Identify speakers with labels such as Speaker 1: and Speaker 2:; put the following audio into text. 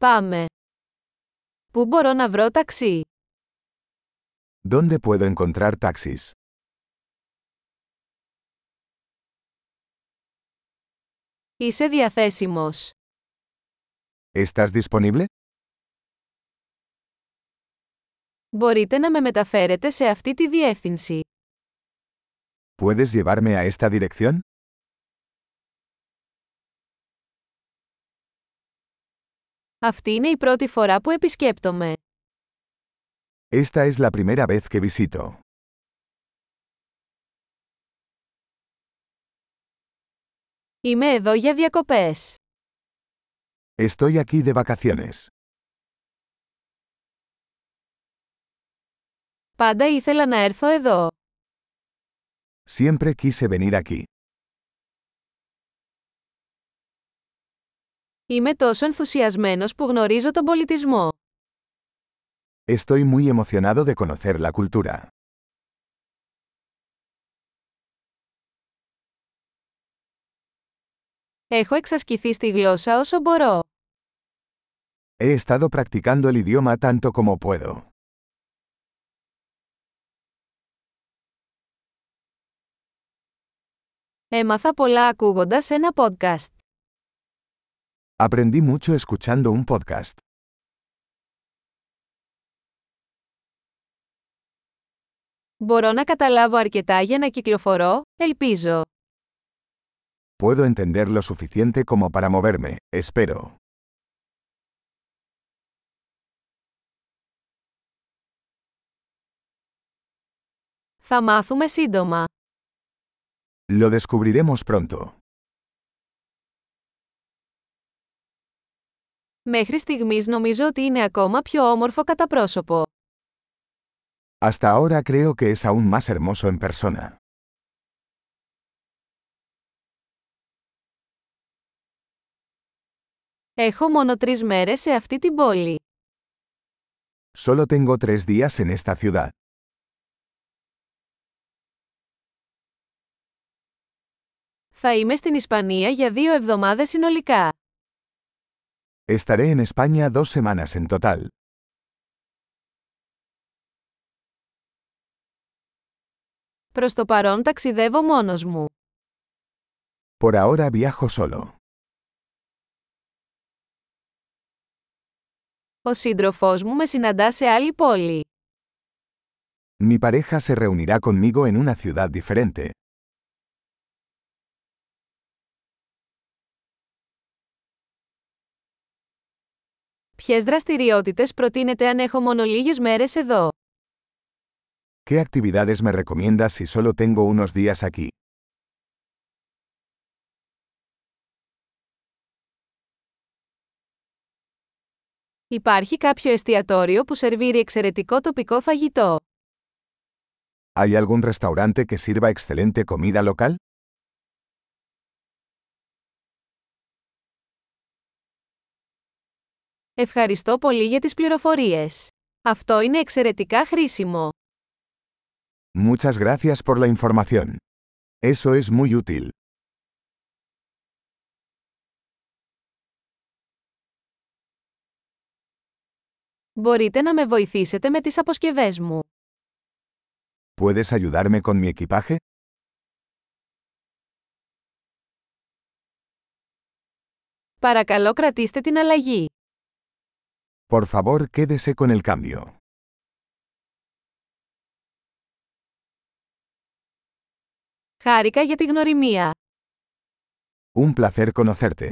Speaker 1: Πάμε. Πού μπορώ να βρω ταξί?
Speaker 2: ¿Dónde puedo encontrar taxis?
Speaker 1: Είσαι διαθέσιμος.
Speaker 2: ¿Estás disponible?
Speaker 1: Μπορείτε να με μεταφέρετε σε αυτή τη διεύθυνση.
Speaker 2: ¿Puedes llevarme a esta dirección?
Speaker 1: Αυτή είναι η πρώτη φορά που επισκέπτομαι.
Speaker 2: Esta es la primera vez que visito.
Speaker 1: Είμαι εδώ για διακοπές.
Speaker 2: Estoy aquí de vacaciones.
Speaker 1: Πάντα ήθελα να έρθω εδώ.
Speaker 2: Siempre quise venir aquí.
Speaker 1: Είμαι τόσο ενθουσιασμένος που γνωρίζω τον πολιτισμό.
Speaker 2: Estoy muy emocionado de conocer la cultura.
Speaker 1: Έχω εξασκηθεί στη γλώσσα όσο μπορώ.
Speaker 2: He estado practicando el idioma tanto como puedo.
Speaker 1: Έμαθα πολλά ακούγοντας ένα podcast.
Speaker 2: Aprendí mucho escuchando un podcast.
Speaker 1: Μπορώ να καταλάβω αρκετά για να κυκλοφορώ, ελπίζω.
Speaker 2: Puedo entender lo suficiente como para moverme, espero.
Speaker 1: Θα μάθουμε σύντομα.
Speaker 2: Lo descubriremos pronto.
Speaker 1: Μέχρι στιγμής νομίζω ότι είναι ακόμα πιο όμορφο κατά πρόσωπο.
Speaker 2: Hasta ahora creo que es aún más hermoso en persona.
Speaker 1: Έχω μόνο τρεις μέρες σε αυτή την πόλη.
Speaker 2: Solo tengo tres días en esta ciudad.
Speaker 1: Θα είμαι στην Ισπανία για δύο εβδομάδες συνολικά.
Speaker 2: Estaré en España dos semanas en total.
Speaker 1: Προς το παρόν ταξιδεύω μόνος μου.
Speaker 2: Por ahora viajo solo.
Speaker 1: Ο σύντροφός μου με συναντά σε άλλη πόλη.
Speaker 2: Mi pareja se reunirá conmigo en una ciudad diferente.
Speaker 1: Ποιες δραστηριότητες προτείνετε αν έχω μόνο λίγες μέρες εδώ.
Speaker 2: ¿Qué actividades me recomiendas si solo tengo unos días aquí?
Speaker 1: Υπάρχει κάποιο εστιατόριο που σερβίρει εξαιρετικό τοπικό φαγητό.
Speaker 2: ¿Hay algún restaurante que sirva excelente comida local?
Speaker 1: Ευχαριστώ πολύ για τις πληροφορίες. Αυτό είναι εξαιρετικά χρήσιμο.
Speaker 2: Muchas gracias por la información. Eso es muy útil.
Speaker 1: Μπορείτε να με βοηθήσετε με τις αποσκευές μου.
Speaker 2: ¿Puedes ayudarme con mi equipaje?
Speaker 1: Παρακαλώ κρατήστε την αλλαγή.
Speaker 2: Por favor, quédese con el cambio.
Speaker 1: Χάρηκα για τη γνωριμία.
Speaker 2: Un placer conocerte.